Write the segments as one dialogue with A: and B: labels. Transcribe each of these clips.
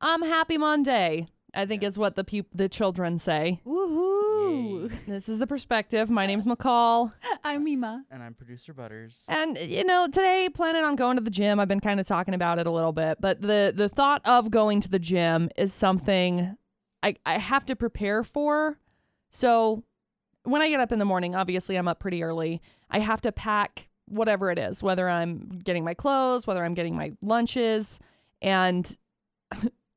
A: Um, happy Monday. I think is what the pu- the children say.
B: Woohoo!
A: This is the perspective. My name's McCall,
B: I'm Mima.
C: And I'm producer Butters.
A: and you know today planning on going to the gym. I've been kind of talking about it a little bit, but the the thought of going to the gym is something I I have to prepare for. So when I get up in the morning, obviously I'm up pretty early. I have to pack whatever it is, whether I'm getting my clothes, whether I'm getting my lunches, and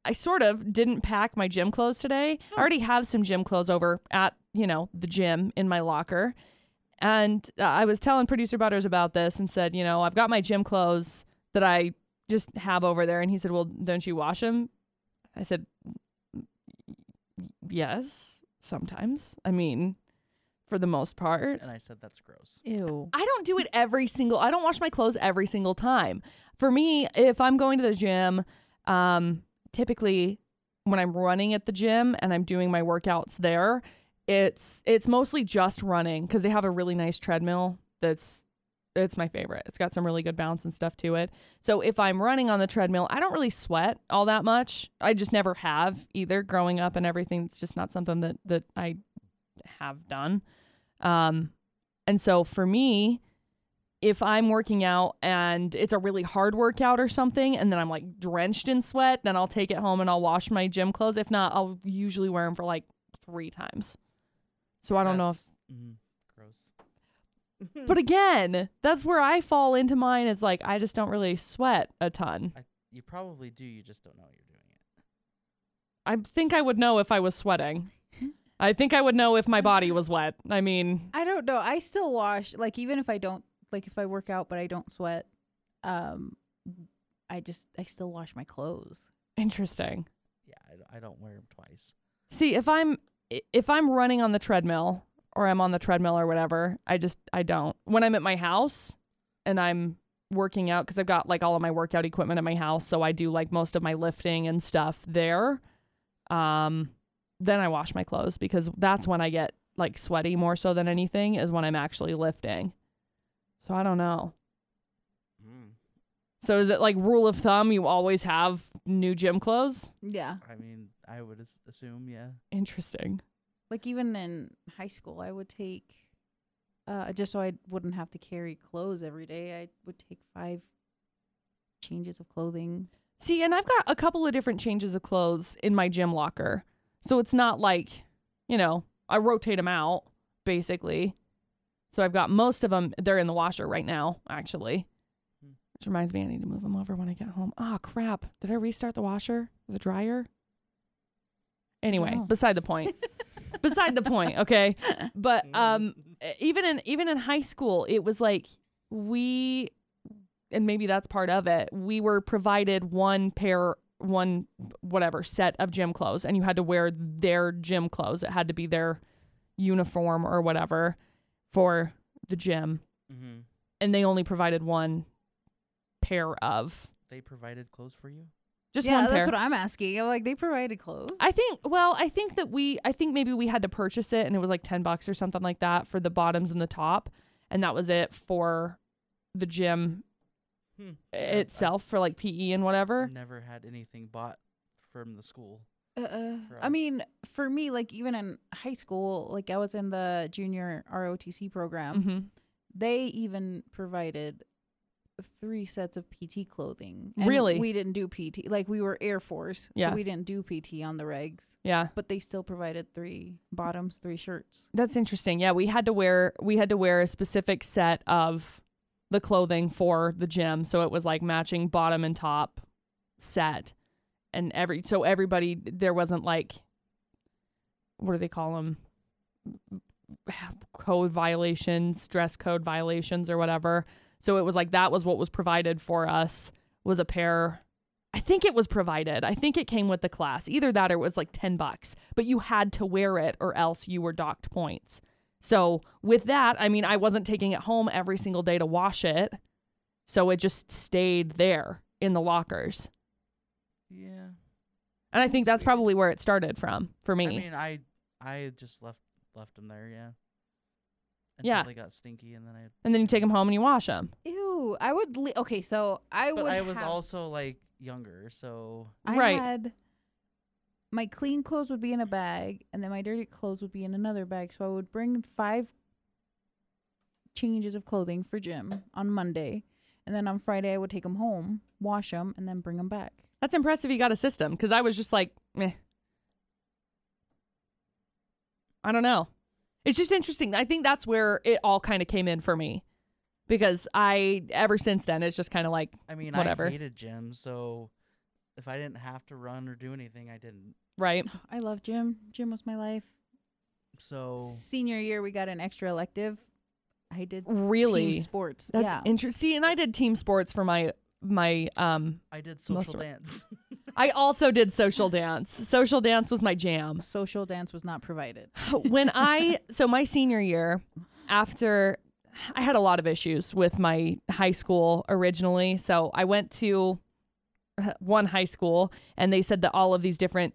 A: I sort of didn't pack my gym clothes today. I already have some gym clothes over at, you know, the gym in my locker. And uh, I was telling producer Butters about this and said, you know, I've got my gym clothes that I just have over there and he said, "Well, don't you wash them?" I said, "Yes, sometimes. I mean, for the most part.
C: And I said, that's gross.
B: Ew.
A: I don't do it every single. I don't wash my clothes every single time. For me, if I'm going to the gym, um, typically when I'm running at the gym and I'm doing my workouts there, it's it's mostly just running because they have a really nice treadmill that's it's my favorite. It's got some really good bounce and stuff to it. So if I'm running on the treadmill, I don't really sweat all that much. I just never have either growing up and everything. It's just not something that that I have done. Um, and so for me, if I'm working out and it's a really hard workout or something, and then I'm like drenched in sweat, then I'll take it home and I'll wash my gym clothes. If not, I'll usually wear them for like three times. So I don't know if
C: Mm, gross.
A: but again, that's where I fall into mine is like I just don't really sweat a ton.
C: You probably do, you just don't know you're doing it.
A: I think I would know if I was sweating. I think I would know if my body was wet. I mean,
B: I don't know. I still wash like even if I don't like if I work out but I don't sweat, um I just I still wash my clothes.
A: interesting.
C: Yeah, I d- I, don't wear them twice.
A: See, if I'm i- if I'm running on the treadmill or I'm on the treadmill or whatever, I just I don't. When I'm at my house and I'm working out cuz I've got like all of my workout equipment at my house, so I do like most of my lifting and stuff there. Um then I wash my clothes because that's when I get like sweaty more so than anything is when I'm actually lifting. So I don't know.
C: Mm.
A: So is it like rule of thumb you always have new gym clothes?
B: Yeah.
C: I mean, I would as- assume, yeah.
A: Interesting.
B: Like even in high school I would take uh just so I wouldn't have to carry clothes every day, I would take five changes of clothing.
A: See, and I've got a couple of different changes of clothes in my gym locker. So it's not like, you know, I rotate them out basically. So I've got most of them, they're in the washer right now, actually.
C: Hmm.
A: Which reminds me, I need to move them over when I get home. Ah, crap. Did I restart the washer, the dryer? Anyway,
B: know.
A: beside the point. beside the point, okay? But um, even in even in high school, it was like we and maybe that's part of it. We were provided one pair one whatever set of gym clothes and you had to wear their gym clothes. It had to be their uniform or whatever for the gym.
C: hmm
A: And they only provided one pair of
C: They provided clothes for you?
A: just
B: yeah,
A: one pair.
B: that's what I'm asking. I'm like they provided clothes.
A: I think well, I think that we I think maybe we had to purchase it and it was like 10 bucks or something like that for the bottoms and the top and that was it for the gym
C: Hmm.
A: itself for like PE and whatever.
C: I've never had anything bought from the school.
B: Uh,
C: for
B: I
C: us.
B: mean, for me, like even in high school, like I was in the junior ROTC program.
C: Mm-hmm.
A: Mhm.
B: They even provided three sets of PT clothing.
A: Really?
B: We didn't do PT. Like we were Air Force,
A: Yeah.
B: so we didn't do PT on the regs.
A: Yeah.
B: But they still provided three bottoms, three shirts.
A: That's interesting. Yeah, we had to wear we had to wear a specific set of the clothing for the gym, so it was like matching bottom and top set, and every so everybody there wasn't like what do they call them code violations, dress code violations, or whatever. So it was like that was what was provided for us was a pair. I think it was provided. I think it came with the class. Either that or it was like 10 bucks, but you had to wear it or else you were docked points. So, with that, I mean, I wasn't taking it home every single day to wash it. So, it just stayed there in the lockers.
C: Yeah.
A: And I think
C: That's
A: that's
C: weird.
A: probably where it started from for me.
C: I mean, I I just left left them there, yeah. Until
A: Yeah.
C: they got stinky, and then I.
A: and then you take them home and you wash them.
B: Ew. I would. Le- okay, so I
C: But
B: would.
C: I was
B: have-
C: also like younger, so
B: I
A: Right.
B: had my clean clothes would be in a bag and then my dirty clothes would be in another bag. So I would bring five changes of clothing for gym on Monday. And then on Friday, I would take them home, wash them, and then bring them back.
A: That's impressive. You got a system because I was just like, meh. I don't know. It's just interesting. I think that's where it all kind of came in for me because I, ever since then, it's just kind of like,
C: I mean,
A: Whatever.
C: I hated gym, so if I didn't have to run or do anything, I didn't.
A: right?
B: I love gym. Gym was my life.
C: So
B: Senior year, we got an extra elective. I did
A: Really?
B: team sports.
A: That's
B: yeah.
A: interesting. And I did team sports for my my um
C: I did
A: Most of
C: social
A: it.
C: dance.
A: I also did social dance. Social dance was my jam.
B: Social dance was not provided.
A: when I so my senior year, after I had a lot of issues with my high school originally, so I went to uh, one high school and they said that all of these different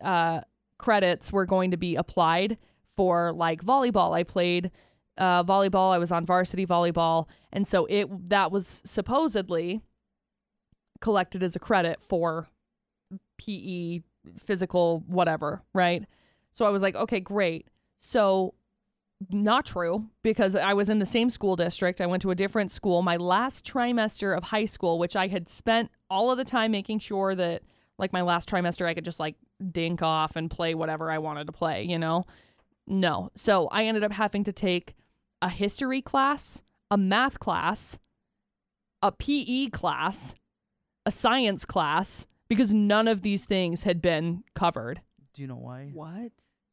A: uh, credits were going to be applied for like volleyball. I played uh, volleyball. I was on varsity volleyball, and so it that was supposedly collected as a credit for PE, physical, whatever, right? So I was like, okay, great. So not true because I was in the same school district. I went to a different school. My last trimester of high school, which I had spent all of the time making sure that like my last trimester I could just like dink off and play whatever I wanted to play, you know? No. So I ended up having to take a history class, a math class, a PE class, a science class because none of these things had been covered.
C: do you know why?
B: What?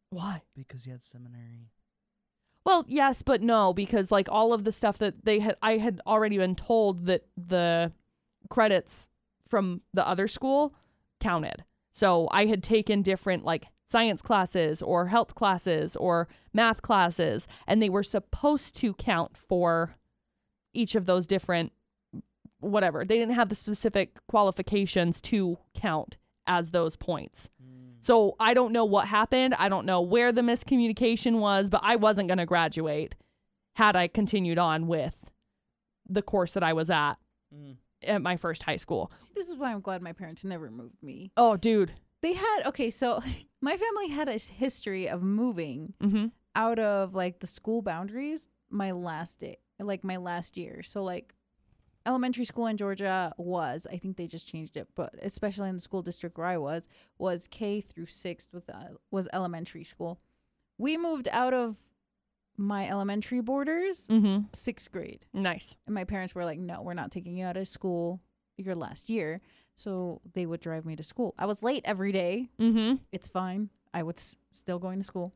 A: Why?
C: Because you had seminary.
A: Well, yes, but no, because like all of the stuff that they had, I had already been told that the credits from the other school counted. So I had taken different like science classes or health classes or math classes, and they were supposed to count for each of those different whatever. They didn't have the specific qualifications to count as those points. So I don't know what happened. I don't know where the miscommunication was, but I wasn't going to graduate had I continued on with the course that I was at
C: Mm.
A: at my first high school.
B: See, this is why I'm glad my parents never moved me.
A: Oh, dude.
B: They had, okay, so my family had a s- history of moving
A: Mm-hmm.
B: out of like the school boundaries my last day, like my last year. So, like, elementary school in Georgia was, I think they just changed it, but especially in the school district where I was, was K through sixth with, uh, was elementary school. We moved out of my elementary borders
A: Mm-hmm.
B: sixth grade.
A: Nice.
B: And my parents were like, no, we're not taking you out of school your last year. So they would drive me to school. I was late every day.
A: Mm-hmm.
B: It's fine. I was s- still going to school.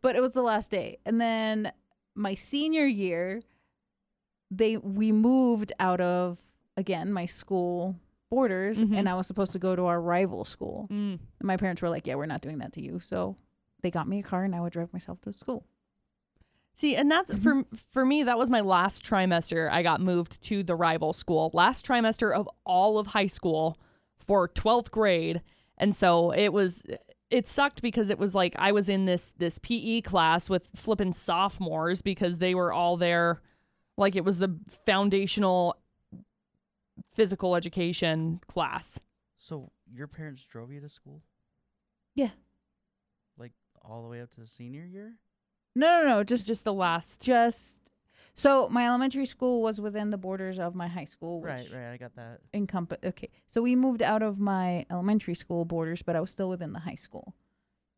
B: But it was the last day. And then my senior year, they we moved out of again my school borders
A: Mhm.
B: and I was supposed to go to our rival school.
A: Mm.
B: My parents were like, "Yeah, we're not doing that to you." So they got me a car and I would drive myself to school.
A: See, and that's for for me. That was my last trimester. I got moved to the rival school. Last trimester of all of high school for twelfth grade, and so it was. It sucked because it was like I was in this this PE class with flippin' sophomores because they were all there, like it was the foundational physical education class.
C: So your parents drove you to school?
B: Yeah.
C: Like all the way up to the senior year?
B: No, no, no, just
A: Just the last.
B: just so my elementary school was within the borders of my high school which
C: Right, right. I got that.
B: encompass okay so we moved out of my elementary school borders but i was still within the high school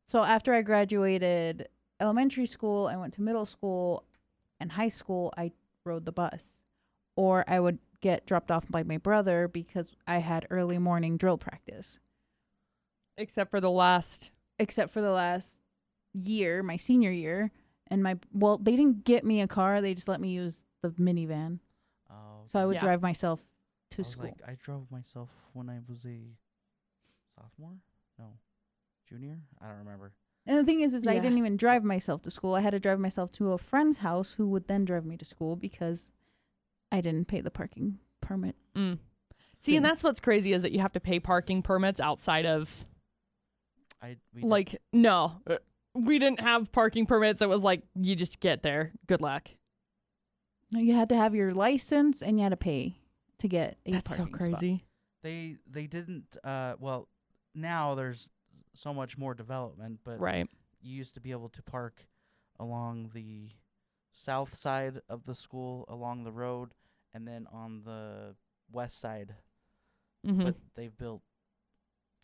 B: so after i graduated elementary school i went to middle school and high school i rode the bus or i would get dropped off by my brother because i had early morning drill practice
A: Except for the last.
B: except for the last year my senior year and my well they didn't get me a car they just let me use the minivan
C: Oh,
B: So I
C: okay.
B: would
A: Yeah.
B: drive myself
C: I
B: to
C: was
B: school.
C: like, I drove myself when I was a sophomore? No. Junior? I don't remember.
B: and the thing is, is I
A: Yeah.
B: didn't even drive myself to school. I had to drive myself to a friend's house who would then drive me to school because I didn't pay the parking permit.
A: Mm. See, and that's what's crazy is that you have to pay parking permits outside of
C: I we did-
A: like no Uh, we didn't have parking permits it was like you just get there good luck
B: No, you had to have your license and you had to pay to get a
A: that's so
B: parking spot.
A: crazy
C: they they didn't uh well now there's so much more development, but
A: right.
C: you used to be able to park along the south side of the school, along the road, and then on the west side.
A: hmm
C: But they've built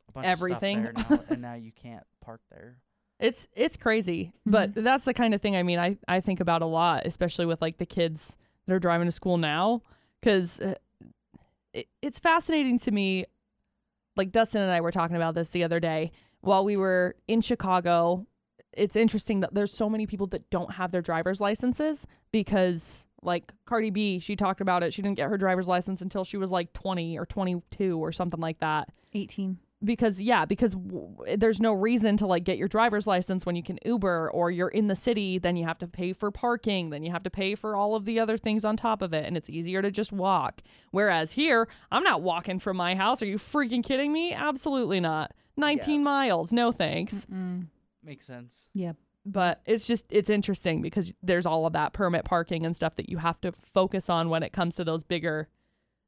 C: a bunch
A: Everything.
C: of stuff there now, and now you can't park there.
A: It's it's crazy, but
B: Mhm.
A: that's the kind of thing. I mean, I I think about a lot, especially with like the kids that are driving to school now, because it, it's fascinating to me. Like Dustin and I were talking about this the other day while we were in Chicago. It's interesting that there's so many people that don't have their driver's licenses because like Cardi B, she talked about it. She didn't get her driver's license until she was like 20 or 22 or something like that
B: 18.
A: because yeah because w- there's no reason to like get your driver's license when you can uber or you're in the city then you have to pay for parking then you have to pay for all of the other things on top of it and it's easier to just walk whereas here i'm not walking from my house are you freaking kidding me absolutely not 19 miles no thanks
B: Mm.
C: Makes sense.
A: but it's just it's interesting because there's all of that permit parking and stuff that you have to focus on when it comes to those bigger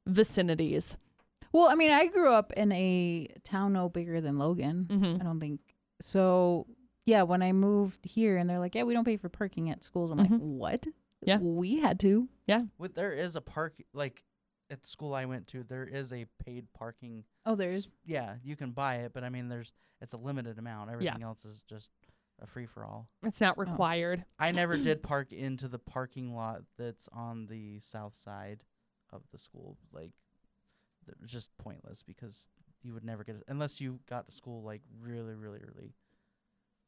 A: vicinities
B: Well, I mean, I grew up in a town no bigger than Logan.
A: hmm
B: I don't think so. Yeah, when I moved here and they're like, yeah, we don't pay for parking at schools. I'm
A: Mhm.
B: like, what?
A: Yeah.
B: We had to.
C: With there is a park like at the school I went to, there is a paid parking.
B: Oh, there's.
C: s- Yeah, you can buy it, but I mean, there's it's a limited amount. Everything else is just a free for all.
A: it's not required
C: I never did park into the parking lot that's on the south side of the school. Like, it was just pointless because you would never get it unless you got to school like really, really early.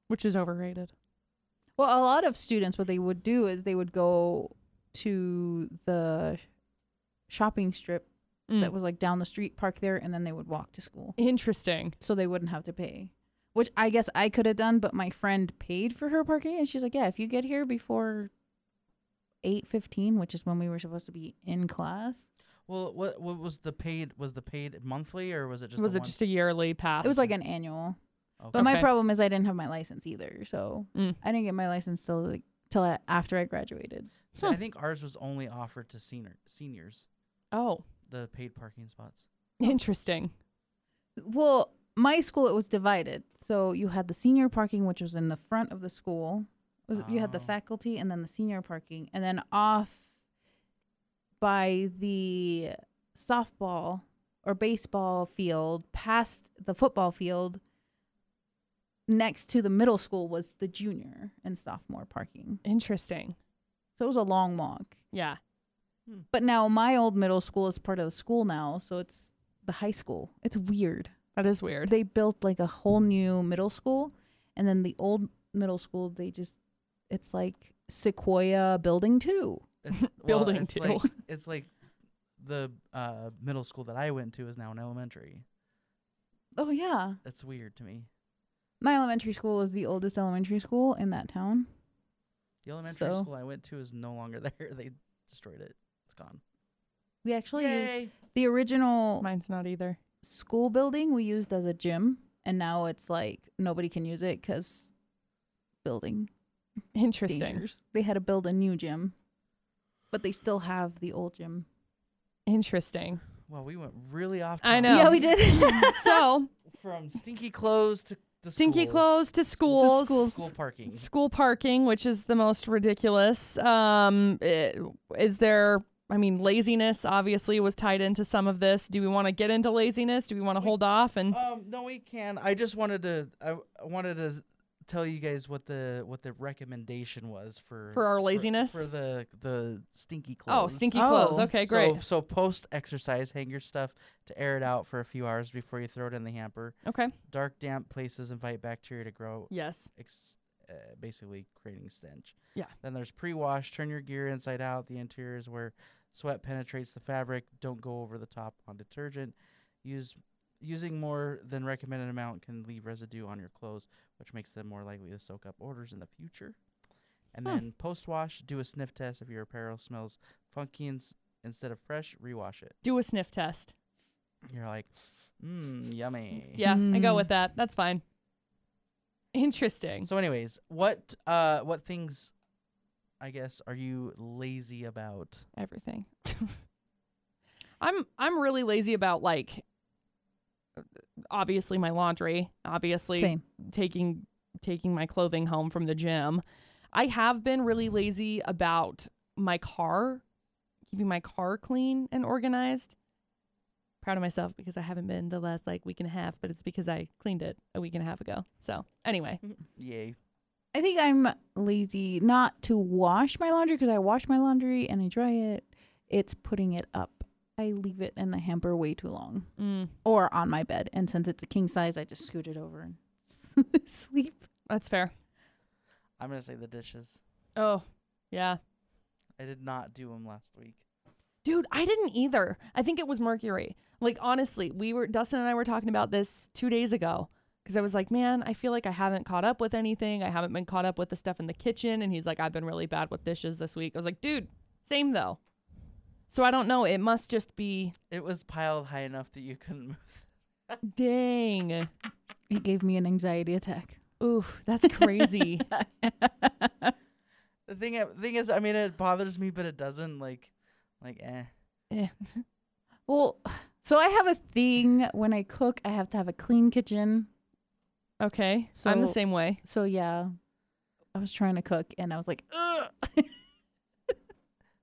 A: which is overrated
B: Well, a lot of students, what they would do is they would go to the shopping strip
A: Mm.
B: that was like down the street, park there, and then they would walk to school.
A: interesting
B: So they wouldn't have to pay, which I guess I could have done, but my friend paid for her parking. And she's like, yeah, if you get here before 8.15, which is when we were supposed to be in class.
C: Well, what what was the paid? Was the paid monthly or was it just
A: was
C: the
A: it
C: one?
A: just a yearly pass?
B: It was like an annual.
C: Okay.
B: But my
A: Okay.
B: problem is I didn't have my license either, so
A: Mm.
B: I didn't get my license till like till a- after I graduated.
C: See, I
A: Huh.
C: think ours was only offered to senior seniors
A: oh,
C: the paid parking spots.
A: interesting.
B: Well, my school it was divided, so you had the senior parking, which was in the front of the school. Was- You had the
C: Oh.
B: faculty, and then the senior parking, and then off by the softball or baseball field, past the football field. Next to the middle school was the junior and sophomore parking.
A: Interesting.
B: So it was a long walk.
A: Yeah.
B: But now my old middle school is part of the school now, so it's the high school. It's weird.
A: That is weird.
B: They built like a whole new middle school, and then the old middle school they just it's like Sequoia Building Two.
C: It's, well,
A: Building
C: it's
A: too.
C: Like, it's like the uh, middle school that I went to is now an elementary.
B: Oh yeah,
C: That's weird to me.
B: my elementary school is the oldest elementary school in that town.
C: The elementary
B: So-
C: school I went to is no longer there. They destroyed it. It's gone.
B: We actually used the original
A: Mine's not either.
B: school building we used as a gym, and now it's like nobody can use it because building
A: Interesting.
B: dangers. They had to build a new gym, but they still have the old gym.
A: Interesting.
C: Well, we went really off.
A: I
C: topic.
A: know.
B: Yeah, we did.
A: So,
C: From stinky clothes to the
A: stinky
C: schools.
A: clothes to schools.
B: schools.
C: School parking.
A: School parking, which is the most ridiculous. Um, i- is there? I mean, laziness obviously was tied into some of this. Do we want to get into laziness? Do we want to
C: We-
A: hold off? And
C: Um, no, we can. I just wanted to. I, I wanted to tell you guys what the what the recommendation was for
A: For our laziness?
C: for, the the stinky
A: oh,
C: clothes.
A: stinky
B: Oh.
A: clothes. Okay, great.
C: So, so post exercise, hang your stuff to air it out for a few hours before you throw it in the hamper.
A: okay.
C: Dark, damp places invite bacteria to grow,
A: Yes.
C: ex- uh, basically creating stench.
A: Yeah.
C: Then there's pre-wash. Turn your gear inside out. The interior is where sweat penetrates the fabric. Don't go over the top on detergent. Use using more than recommended amount can leave residue on your clothes, which makes them more likely to soak up orders in the future. And
A: Huh.
C: then post-wash, do a sniff test. If your apparel smells funky ins- instead of fresh, rewash it.
A: Do a sniff test.
C: You're like, mmm, yummy.
A: Yeah, I go
B: Mm.
A: with that. That's fine. Interesting.
C: So, anyways, what uh, what things, I guess, are you lazy about?
A: everything. I'm I'm really lazy about like obviously my laundry, obviously
B: Same.
A: taking taking my clothing home from the gym. I have been really lazy about my car, keeping my car clean and organized. Proud of myself because I haven't been the last like week and a half, but it's because I cleaned it a week and a half ago. So anyway,
C: Yay.
B: I think I'm lazy not to wash my laundry because I wash my laundry and I dry it. It's putting it up. I leave it in the hamper way too long
A: mm,
B: or on my bed. And since it's a king size, I just scoot it over and sleep.
A: that's fair.
C: I'm gonna say the dishes.
A: Oh, yeah.
C: I did not do them last week.
A: Dude, I didn't either. I think it was Mercury. Like honestly, we were Dustin and I were talking about this 2 days ago cuz I was like, "Man, I feel like I haven't caught up with anything. I haven't been caught up with the stuff in the kitchen." And he's like, "I've been really bad with dishes this week." I was like, "Dude, same though." So I don't know, it must just be
C: It was piled high enough that you couldn't move.
A: dang.
B: It gave me an anxiety attack.
A: Ooh, that's crazy.
C: The thing, uh, the thing is, I mean, it bothers me, but it doesn't. Like, like, eh.
B: well, so I have a thing when I cook, I have to have a clean kitchen.
A: okay. I'm the
B: So-
A: same way.
B: So yeah, I was trying to cook and I was like, Ugh.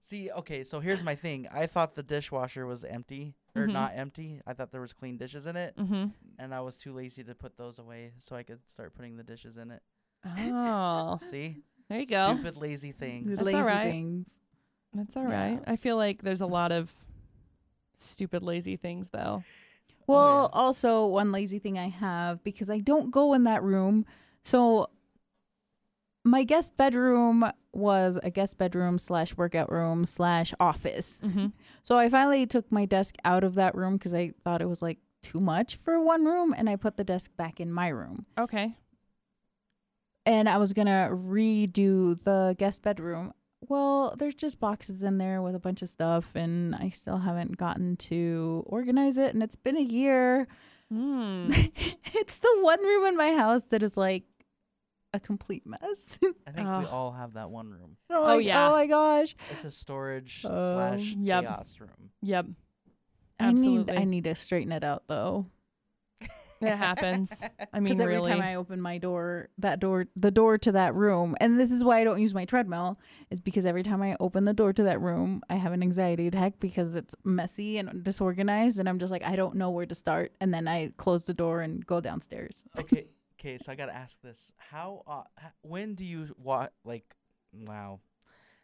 C: See, okay, so here's my thing. I thought the dishwasher was empty or
A: Mhm.
C: not empty. I thought there was clean dishes in it,
A: Mhm.
C: and I was too lazy to put those away, so I could start putting the dishes in it.
A: Oh,
C: See,
A: there you go.
C: stupid lazy things.
A: all
B: lazy
A: right.
B: things.
A: That's all
B: Yeah.
A: right. I feel like there's a lot of stupid lazy things though.
B: Well,
C: yeah.
B: also one lazy thing I have because I don't go in that room. So my guest bedroom was a guest bedroom slash workout room slash office.
A: Mhm.
B: So I finally took my desk out of that room because I thought it was like too much for one room, and I put the desk back in my room.
A: Okay.
B: And I was gonna redo the guest bedroom. Well, there's just boxes in there with a bunch of stuff, and I still haven't gotten to organize it. And it's been a year.
A: Mm.
B: Hmm. it's the one room in my house that is like a complete mess.
C: I think
A: Ugh.
C: we all have that one room.
B: oh,
A: yeah.
B: Oh my gosh.
C: It's a storage slash
B: Um,
A: yep.
C: chaos room.
A: Yep,
B: I need
A: Absolutely.
B: I need to straighten it out though.
A: it happens. I mean,
B: Because every
A: really.
B: time I open my door, that door, the door to that room, and this is why I don't use my treadmill, is because every time I open the door to that room, I have an anxiety attack because it's messy and disorganized, and I'm just like, I don't know where to start, and then I close the door and go downstairs.
C: Okay, okay, so I gotta ask this: How, uh, h- when do you wa Like, wow,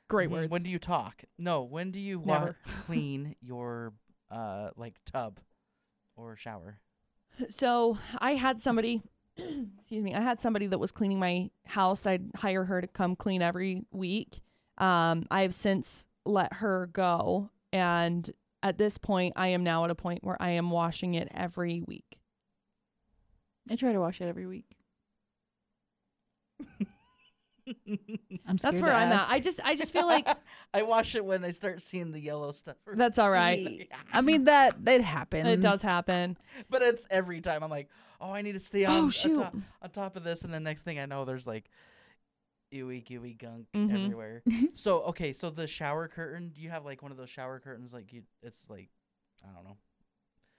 A: Great
C: Mhm.
A: words.
C: When do you talk? No, when do you wa-
A: Never.
C: clean your uh like tub or shower?
A: so I had somebody, excuse me, I had somebody that was cleaning my house. I'd hire her to come clean every week. Um, I have since let her go, and at this point, I am now at a point where I am washing it every week.
B: I try to wash it every week. I'm scared
A: That's where
B: to
A: I'm
B: ask.
A: at. I just, I just feel like
C: I wash it when I start seeing the yellow stuff.
A: that's all right.
B: I mean that it happens.
A: It does happen.
C: but it's every time I'm like, oh, I need to stay on,
A: Oh
C: on
A: shoot.
C: top, on top of this, and the next thing I know, there's like ewy gooey gunk
A: Mhm.
B: Mm-hmm.
C: everywhere. so okay, so the shower curtain, do you have like one of those shower curtains? Like you, it's like, I don't know.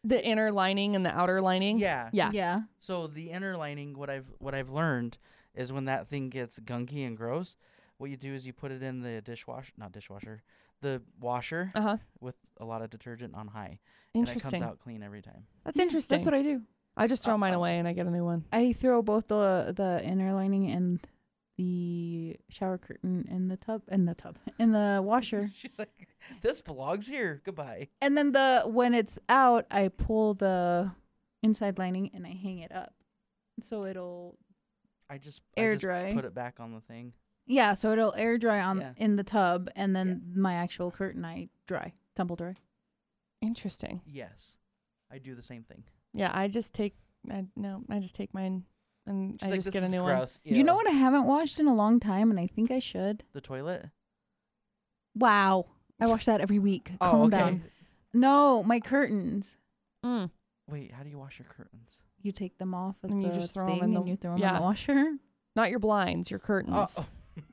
A: The inner lining and the outer lining.
C: Yeah.
A: Yeah.
B: Yeah.
C: So the inner lining, what I've what I've learned is when that thing gets gunky and gross, what you do is you put it in the dishwasher, not dishwasher, the washer
A: Uh huh.
C: with a lot of detergent on high, and it comes
A: Interesting.
C: out clean every time.
A: That's interesting.
B: That's what I do.
A: I just throw
C: Uh,
A: mine
C: uh,
A: away and I get a new one.
B: I throw both the the inner lining and the shower curtain in the tub in the tub in the washer.
C: She's like, "This belongs here. Goodbye."
B: And then the when it's out, I pull the inside lining and I hang it up. So it'll
C: I just
B: Air
C: I just
B: dry.
C: Put it back on the thing.
B: yeah, so it'll air dry on
C: Yeah.
B: in the tub and then my actual curtain I dry, tumble dry.
A: Interesting.
C: Yes, I do the same thing.
A: Yeah, I just take I no, I just take mine and
C: She's
A: I
C: like,
A: just
C: "This
A: get a
C: is
A: new one.
C: gross.
B: You know
C: Ew."
B: what I haven't washed in a long time and I think I should.
C: The toilet.
B: Wow. I wash that every week.
C: Oh,
B: Calm
C: okay.
B: down. No, my curtains.
A: Mm.
C: Wait, how do you wash your curtains?
B: you take them off of
A: And
B: the
A: you just throw 'em
B: thing
A: in the-
B: and you throw them in
A: yeah.
B: the washer.
A: Not your blinds, your
B: Mm.
A: curtains.
C: Oh,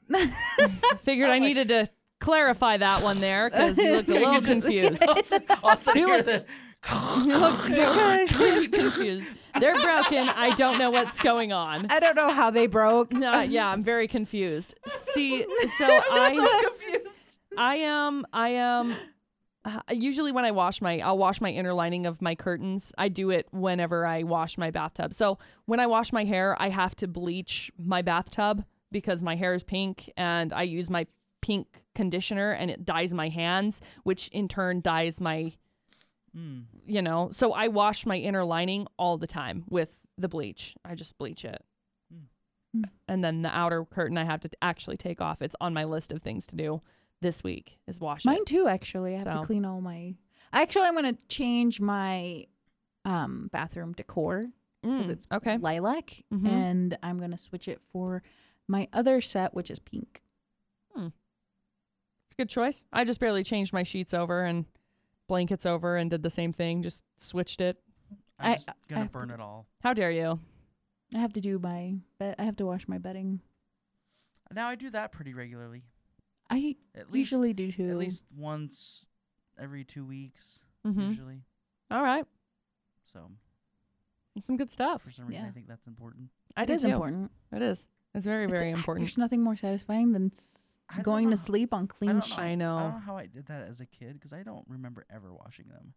A: I figured I
C: I'm like-
A: needed to clarify that one there because you looked a
C: You
A: little
C: just-
A: confused.
C: I'll sit
A: You
C: here
A: look-
C: then.
A: You look very confused. They're broken. I don't know what's going on.
B: I don't know how they broke.
A: No, yeah, I'm very confused. See, so I
C: confused.
A: I am I am uh, usually when I wash my I'll wash my inner lining of my curtains. I do it whenever I wash my bathtub. So when I wash my hair, I have to bleach my bathtub because my hair is pink and I use my pink conditioner and it dyes my hands, which in turn dyes my
C: Mm.
A: you know. So I wash my inner lining all the time with the bleach. I just bleach it.
B: Mm.
A: And then the outer curtain I have to t- actually take off. It's on my list of things to do this week is wash
B: Mine
A: it.
B: too, actually. I have
A: So.
B: to clean all my. Actually, I'm gonna change my um bathroom decor because
A: Mm,
B: it's
A: okay.
B: lilac,
A: Mhm.
B: and I'm gonna switch it for my other set, which is pink.
A: It's a good choice. I just barely changed my sheets over and blankets over and did the same thing, just switched it.
C: I'm
B: I-
C: just
B: I- I
C: gonna
B: have to
C: burn
B: do-
C: it all.
A: How dare you?
B: I have to do my. Bed- I have to wash my bedding.
C: Now I do that pretty regularly.
B: I
C: At least
B: usually do too.
C: at least once every two weeks
B: Mm-hmm.
A: hmm
C: usually.
A: All right.
C: So
A: Some good stuff.
C: for some reason I
B: Yeah.
C: think that's important.
A: I
B: it
A: do
B: is
A: too.
B: important.
A: It is. It's very,
B: It's-
A: very
B: I-
A: important.
B: There's nothing more satisfying than s-
C: I don't
B: going
C: know.
B: to sleep on
C: I
B: clean
C: don't
B: sheets.
A: I
C: I
A: know.
C: don't know how I did that as a kid because I don't remember ever washing them.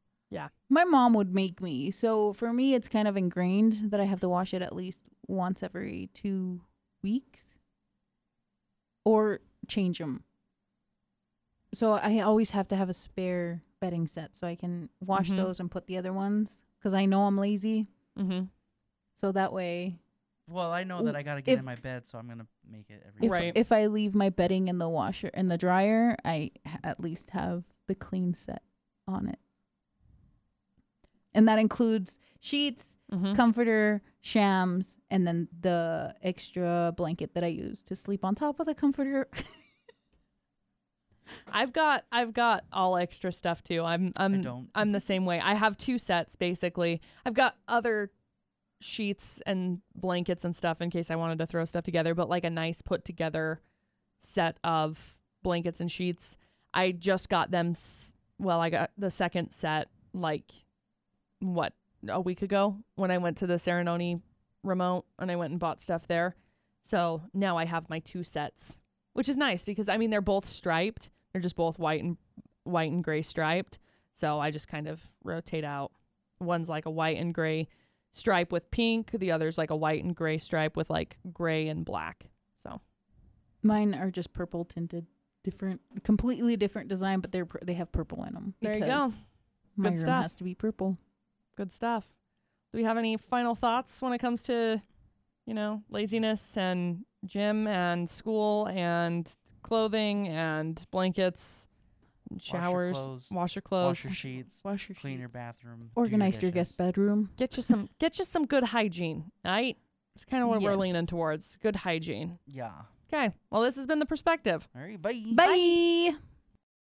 B: My mom would make me. So for me, it's kind of ingrained that I have to wash it at least once every two weeks or change them. So I always have to have a spare bedding set so I can wash
A: Mhm.
B: those and put the other ones because I know I'm lazy.
A: Mm-hmm.
B: So that way,
C: Well, I know
B: Ooh,
C: that I gotta get
B: if-
C: in my bed, so I'm gonna make it every
B: if,
C: day.
A: Right.
B: if I leave my bedding in the washer in the dryer, I ha- at least have the clean set on it. And that includes sheets,
A: Mm-hmm.
B: comforter, shams, and then the extra blanket that I use to sleep on top of the comforter.
A: I've got I've got all extra stuff too. I'm I'm
C: don't.
A: I'm the same way. I have two sets basically. I've got other sheets and blankets and stuff in case I wanted to throw stuff together, but like a nice put together set of blankets and sheets. I just got them s- well, I got the second set like what a week ago when I went to the Serenoni remote and I went and bought stuff there. So now I have my two sets, which is nice because I mean they're both striped. They're just both white and white and gray striped. So I just kind of rotate out. One's like a white and gray stripe with pink. The other's like a white and gray stripe with like gray and black. So
B: Mine are just purple tinted, different, completely different design, but they're pur- they have purple in them.
A: there you go.
B: My
A: Good
B: room
A: stuff.
B: has to be purple.
A: Good stuff. Do we have any final thoughts when it comes to, you know, laziness and gym and school and clothing and blankets, and
C: your
A: showers,
C: clothes.
A: wash your clothes,
C: Wash your sheets,
B: Wash your
C: clean your
B: sheets.
C: bathroom, do
B: Organize your,
C: dishes.
B: guest bedroom.
A: get you some get you some good hygiene. All right, it's kind of what we're
B: Yes.
A: leaning towards. Good hygiene.
C: Yeah.
A: Okay. Well, this has been the perspective.
C: All right. Bye.
B: Bye.